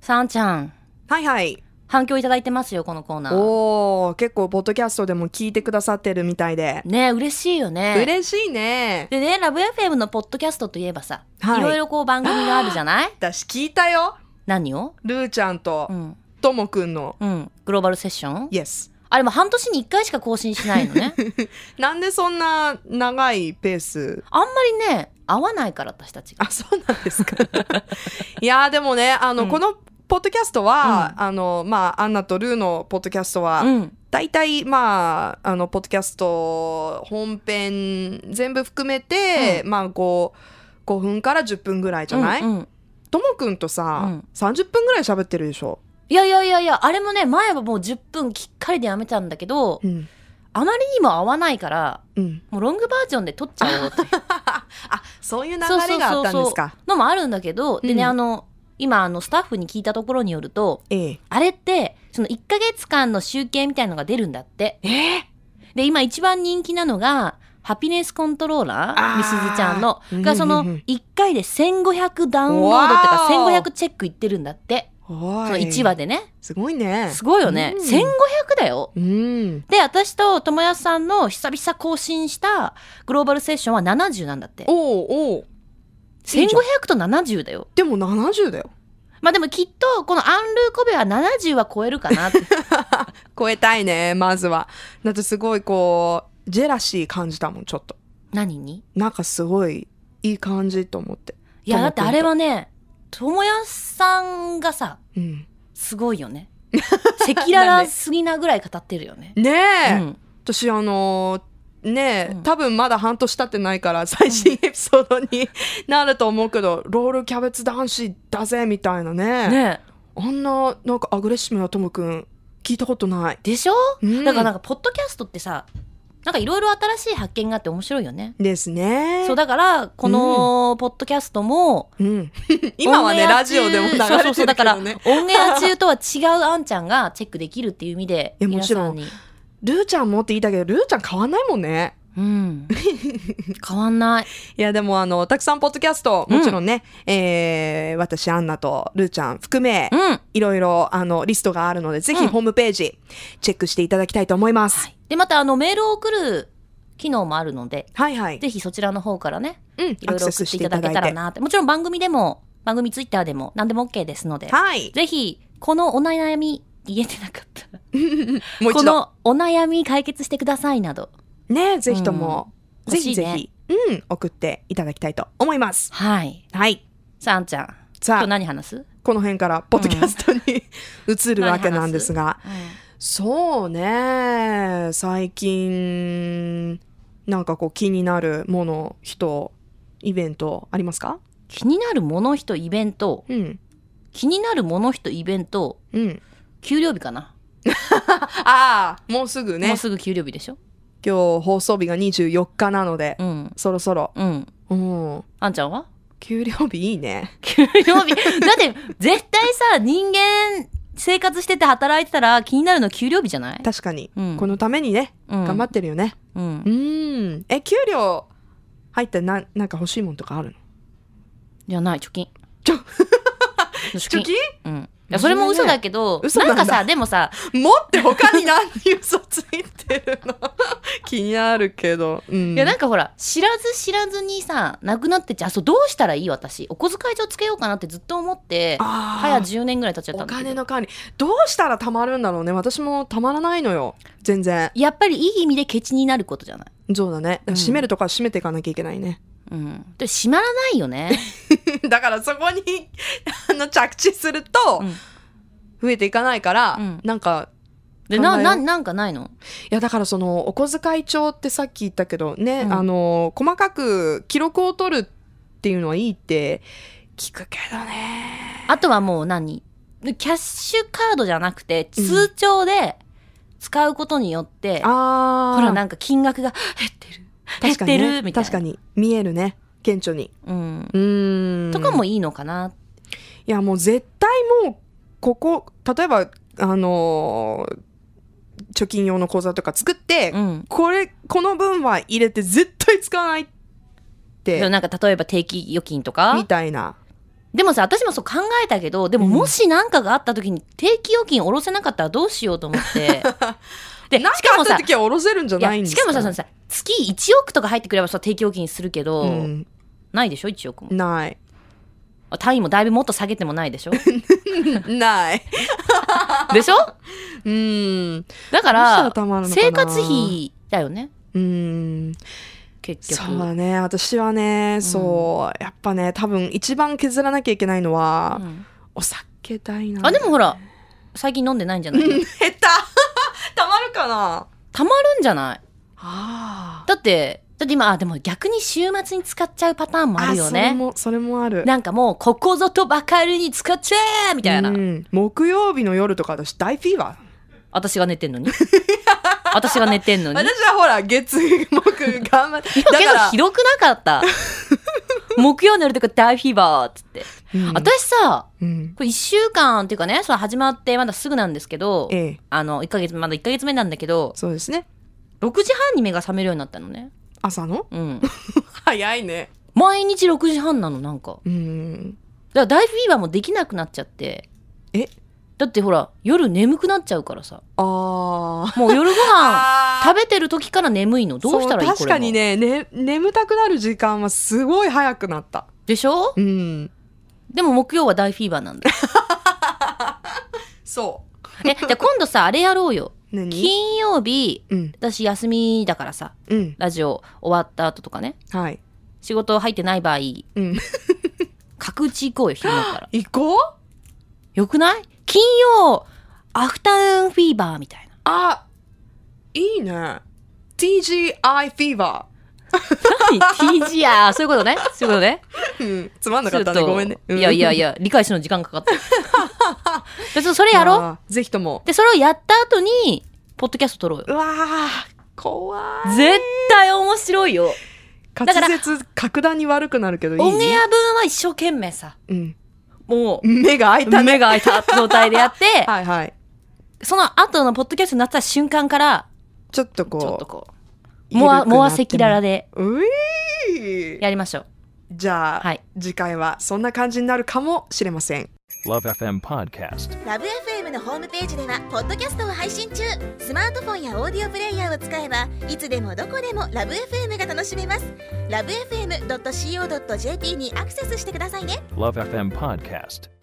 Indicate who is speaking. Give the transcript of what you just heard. Speaker 1: さんちゃん、
Speaker 2: はいはい。
Speaker 1: 反響いただいてますよ、このコーナー。
Speaker 2: おー、結構、ポッドキャストでも聞いてくださってるみたいで。
Speaker 1: ね嬉しいよね。
Speaker 2: 嬉しいね。
Speaker 1: でね、ラブ FM のポッドキャストといえばさ、
Speaker 2: はい
Speaker 1: いろいろこう番組があるじゃない
Speaker 2: 私聞いたよ。
Speaker 1: 何を
Speaker 2: ルーちゃんと
Speaker 1: う、ん。
Speaker 2: ともくんの。
Speaker 1: うん。グローバルセッション
Speaker 2: Yes。
Speaker 1: あれも半年に1回しか更新しないのね。
Speaker 2: なんでそんな長いペース
Speaker 1: あんまりね、合わないから私たちが。
Speaker 2: あ、そうなんで すか。いやーでもね、あの、
Speaker 1: うん
Speaker 2: この、ポッドキャストは、あの、まあ、アンナとルーのポッドキャストは、
Speaker 1: うん。
Speaker 2: 大体、まあ、あの、ポッドキャスト、本編、全部含めて、まあ、こう、5分から10分ぐらいじゃない
Speaker 1: うんうん
Speaker 2: ともくんとさ、
Speaker 1: うん
Speaker 2: 30分ぐらい喋ってるでしょ。
Speaker 1: いやいやいやいや、あれもね、前はもう10分きっかりでやめたんだけど、
Speaker 2: うん。
Speaker 1: あまりにも合わないから、
Speaker 2: うん。
Speaker 1: もうロングバージョンで撮っちゃおうっていう
Speaker 2: あ、そういう流れがあったんですか。
Speaker 1: のもあるんだけど、でね、
Speaker 2: うん
Speaker 1: あの、今、あの、スタッフに聞いたところによると、
Speaker 2: ええ。
Speaker 1: あれって、その1ヶ月間の集計みたいのが出るんだって。で、今一番人気なのが、ハピネスコントローラ
Speaker 2: あ
Speaker 1: ー
Speaker 2: ー
Speaker 1: みすずちゃんの。
Speaker 2: うんうんう
Speaker 1: が、
Speaker 2: ん
Speaker 1: その、1回で1500ダウンロードっていうか、
Speaker 2: わー
Speaker 1: 1500チェックいってるんだって。
Speaker 2: お
Speaker 1: そ
Speaker 2: い
Speaker 1: の1話でね。
Speaker 2: すごいね。
Speaker 1: すごいよね。
Speaker 2: うん
Speaker 1: 1500だよ。
Speaker 2: うん。
Speaker 1: で、私と友也さんの久々更新したグローバルセッションは70なんだって。
Speaker 2: おうおうい
Speaker 1: 1500
Speaker 2: いじゃん
Speaker 1: と70だよ。
Speaker 2: でも70だよ。
Speaker 1: まあでもきっとこのアンルーコベは70は超えるかな って。
Speaker 2: 超えたいね、まずは。だってすごいこう、ジェラシー感じたもん、ちょっと。
Speaker 1: 何に
Speaker 2: なんかすごいいい感じと思って。
Speaker 1: いや
Speaker 2: と
Speaker 1: だ
Speaker 2: もくんと
Speaker 1: ってあれはね、友也さんがさ、
Speaker 2: うん。
Speaker 1: すごいよ ね。赤裸々すぎなぐらい語ってるよね。
Speaker 2: ねえ、
Speaker 1: うん、
Speaker 2: 私あのーねえ、
Speaker 1: うん
Speaker 2: 多分まだ半年経ってないから最新エピソードに、 なると思うけどロールキャベツ男子だぜみたいなね
Speaker 1: ね
Speaker 2: あんななんかアグレッシブなともくん聞いたことない、
Speaker 1: でしょ、
Speaker 2: うん
Speaker 1: だからなんかポッドキャストってさなんかいろいろ新しい発見があって面白いよね。
Speaker 2: ですね
Speaker 1: そうだからこのポッドキャストも、
Speaker 2: うん 今は
Speaker 1: オンエ
Speaker 2: ね
Speaker 1: ア中
Speaker 2: ラジオでも流れ
Speaker 1: そ
Speaker 2: て
Speaker 1: うそ
Speaker 2: る
Speaker 1: うそうだ
Speaker 2: け
Speaker 1: から
Speaker 2: どね
Speaker 1: オンエア中とは違うあんちゃんがチェックできるっていう意味で
Speaker 2: いやも
Speaker 1: 皆
Speaker 2: ち
Speaker 1: さ
Speaker 2: ろ
Speaker 1: ん
Speaker 2: ん
Speaker 1: に。
Speaker 2: ルーちゃんもって言いたけどルーちゃん変わんないもんね
Speaker 1: うん、変わんない。
Speaker 2: いやでもあのたくさんポッドキャストもちろんね、えー私アンナとルーちゃん含め、
Speaker 1: うん
Speaker 2: いろいろあのリストがあるのでぜ
Speaker 1: う
Speaker 2: ひ
Speaker 1: ん
Speaker 2: ホームページチェックしていただきたいと思います、
Speaker 1: はい、でまたあのメールを送る機能もあるので
Speaker 2: はいはい。
Speaker 1: ぜひそちらの方からね
Speaker 2: うん
Speaker 1: いろいろ送っていただけたらなってもちろん番組でも番組ツイッターでも何でも OK ですので、
Speaker 2: はい。
Speaker 1: ぜひこのお悩み言えてなかった
Speaker 2: も
Speaker 1: こ
Speaker 2: う一度。
Speaker 1: のお悩み解決してくださいなど
Speaker 2: ね、ぜひとも、
Speaker 1: うん
Speaker 2: ぜひぜ
Speaker 1: 欲し
Speaker 2: ひ、うん、送っていただきたいと思います。
Speaker 1: はい
Speaker 2: はい。
Speaker 1: さあんちゃん今
Speaker 2: さ
Speaker 1: 日
Speaker 2: あ、
Speaker 1: 何話す、
Speaker 2: この辺からポッドキャストに、移るわけなんですが、そうね、最近、なんかこう気になるもの、人、イベントありますか
Speaker 1: 気になるもの人イベント
Speaker 2: うん。
Speaker 1: 気になるもの人イベント
Speaker 2: うん。
Speaker 1: 給料日かな、
Speaker 2: ああ、もうすぐ
Speaker 1: も
Speaker 2: ね
Speaker 1: う。すぐ給料日でしょ
Speaker 2: 今日放送日が24日なので、
Speaker 1: うん
Speaker 2: そろそろ。
Speaker 1: うん
Speaker 2: うん。
Speaker 1: あんちゃん は
Speaker 2: 給料日いいね。
Speaker 1: 給料日だって絶対さ人間生活してて働いてたら気になるの給料日じゃない、
Speaker 2: 確かに。
Speaker 1: うん
Speaker 2: このためにね、
Speaker 1: うん
Speaker 2: 頑張ってるよね。
Speaker 1: うん
Speaker 2: う、ーん。え、給料入ってな、なんか欲しいもんとかあるの
Speaker 1: じゃない貯金
Speaker 2: ちょ
Speaker 1: 貯金うんいやそれも嘘だけど、
Speaker 2: 嘘
Speaker 1: な
Speaker 2: なんん
Speaker 1: か
Speaker 2: だ
Speaker 1: さでもさ
Speaker 2: 持って他に何嘘ついてるの 気になるけど。うん、
Speaker 1: いやなんかほら知らず知らずにさなくなってっちゃうあそうどうしたらいい私お小遣い帳つけようかなってずっと思って
Speaker 2: あー
Speaker 1: 早10年ぐらい経っちゃった
Speaker 2: お
Speaker 1: んだけ
Speaker 2: 金
Speaker 1: ど
Speaker 2: の管理。どうしたら貯まるんだろうね。私も貯まらないのよ。全然。
Speaker 1: やっぱりいい意味でケチになることじゃない、
Speaker 2: そうだね。
Speaker 1: うん
Speaker 2: 閉めるとこは閉めていかなきゃいけないね。
Speaker 1: うん、で閉まらないよね、
Speaker 2: だからそこに あの着地すると、
Speaker 1: うん
Speaker 2: 増えていかないから、
Speaker 1: うん
Speaker 2: なんか
Speaker 1: でな
Speaker 2: 考え
Speaker 1: ななんかないの
Speaker 2: いやだからそのお小遣い帳ってさっき言ったけどね、
Speaker 1: うん
Speaker 2: あの細かく記録を取るっていうのはいいって聞くけどね
Speaker 1: あとはもう何キャッシュカードじゃなくて
Speaker 2: うん
Speaker 1: 通帳で使うことによって、
Speaker 2: あ
Speaker 1: ほらなんんか金額が減ってる減ってる、みたいな
Speaker 2: 確かに見えるね顕著に
Speaker 1: うん、
Speaker 2: うーん
Speaker 1: とかも
Speaker 2: い
Speaker 1: いいのかな、
Speaker 2: やもう絶対もうここ例えばあのー貯金用の口座とか作って、
Speaker 1: うん、
Speaker 2: これこの分は入れて絶対使わないっ
Speaker 1: でも
Speaker 2: て
Speaker 1: なんか例えば定期預金とか
Speaker 2: みたいな
Speaker 1: でもさ、私もそう考えたけど、でも
Speaker 2: うん
Speaker 1: もし何かがあった時に定期預金下ろせなかったらどうしようと思 って。で、し
Speaker 2: なんか
Speaker 1: か
Speaker 2: あ
Speaker 1: も
Speaker 2: った
Speaker 1: さ、
Speaker 2: 時は下ろせるんじゃない
Speaker 1: いや
Speaker 2: んです
Speaker 1: し
Speaker 2: か
Speaker 1: かもさ、そのさ、月1億とか入ってくればさ、定期預金するけど、
Speaker 2: うん、
Speaker 1: ないでしょ ?1 億も。
Speaker 2: ない
Speaker 1: 単位もだいぶもっと下げてもないでしょ
Speaker 2: ない
Speaker 1: でしょ
Speaker 2: うん
Speaker 1: だか
Speaker 2: どうしたら
Speaker 1: ら
Speaker 2: たまるのかな
Speaker 1: 生活費だよね
Speaker 2: うん
Speaker 1: 結局
Speaker 2: そうだね私はね、そうやっぱね多分一番削らなきゃいけないのは、
Speaker 1: うん
Speaker 2: お酒代な
Speaker 1: あ でもほら最近飲んでないんじゃない
Speaker 2: 減った たまるかな
Speaker 1: たまるんじゃない
Speaker 2: あー
Speaker 1: だってだって今あでも逆に週末に使っちゃうパターンもあるよ
Speaker 2: それ
Speaker 1: ね
Speaker 2: もそれもある
Speaker 1: なんかもうここぞとばかりに使っちゃえみたいな、
Speaker 2: うん木曜日の夜とか私大フィーバー
Speaker 1: 私が寝てんの に私が寝てんのに
Speaker 2: 私はほら月木 頑張って
Speaker 1: 結
Speaker 2: だか
Speaker 1: 構
Speaker 2: ら
Speaker 1: ひどくなかった木曜の夜とか大フィーバーっつって、
Speaker 2: うん
Speaker 1: 私さ
Speaker 2: うん
Speaker 1: これ1週間っていうかねその始まってまだすぐなんですけど
Speaker 2: ええ
Speaker 1: あの1ヶ月まだ1ヶ月目なんだけど
Speaker 2: そうですね
Speaker 1: 6時半に目が覚めるようになったのね
Speaker 2: 朝の
Speaker 1: うん
Speaker 2: 早いね
Speaker 1: 毎日6時半なのなんか
Speaker 2: うん
Speaker 1: だから大フィーバーもできなくなっちゃって
Speaker 2: え
Speaker 1: だってほら夜眠くなっちゃうからさ
Speaker 2: あ
Speaker 1: もう夜ご飯
Speaker 2: あ
Speaker 1: 食べてる時から眠いのどうしたらいい
Speaker 2: そう
Speaker 1: これも
Speaker 2: 確かにねね眠たくなる時間はすごい早くなった
Speaker 1: でしょ
Speaker 2: うん
Speaker 1: でも木曜は大フィーバーなん だ
Speaker 2: そ
Speaker 1: えじゃあ今度さあれやろうよ
Speaker 2: う何
Speaker 1: 金曜日
Speaker 2: うん
Speaker 1: 私休みだからさ
Speaker 2: うん
Speaker 1: ラジオ終わった後とかね
Speaker 2: はい
Speaker 1: 仕事入ってない場合
Speaker 2: うん
Speaker 1: 角打ち行こうよ昼間から
Speaker 2: 行こう
Speaker 1: よくない金曜アフタヌーンフィーバーみたいな
Speaker 2: あいいね TGI フィーバ
Speaker 1: 何 TGR そういうことねそういうことね
Speaker 2: ー、うん、つまんなかったね
Speaker 1: ちょっと
Speaker 2: ごめんね、
Speaker 1: いやいや い
Speaker 2: や
Speaker 1: や理解するの時間か かったでそそれやろ
Speaker 2: うぜひとも
Speaker 1: うでそれをやった後にポッドキャスト撮ろうよ
Speaker 2: うわー怖い
Speaker 1: 絶対面白いよ
Speaker 2: 滑
Speaker 1: から
Speaker 2: 舌格段に悪くなるけどいい
Speaker 1: オンエア分は一生懸命さ
Speaker 2: うん、
Speaker 1: も
Speaker 2: 目が開いうたね
Speaker 1: 目が開いた状態でやって、
Speaker 2: はいはい
Speaker 1: その後のポッドキャストになった瞬間から
Speaker 2: ちょっとこう
Speaker 1: ちょっとこうもわもわ赤裸々
Speaker 2: で
Speaker 1: で
Speaker 2: うい
Speaker 1: やりましょう
Speaker 2: じゃあ、
Speaker 1: はい
Speaker 2: 次回はそんな感じになるかもしれません
Speaker 3: Love FM Podcast.
Speaker 4: ラブ f m のホームページではポッドキャストを配信中スマートフォンやオーディオプレイヤーを使えばいつでもどこでもラブ f m が楽しめますラブ FM.co.jp にアクセスしてくださいね
Speaker 3: Love FM Podcast.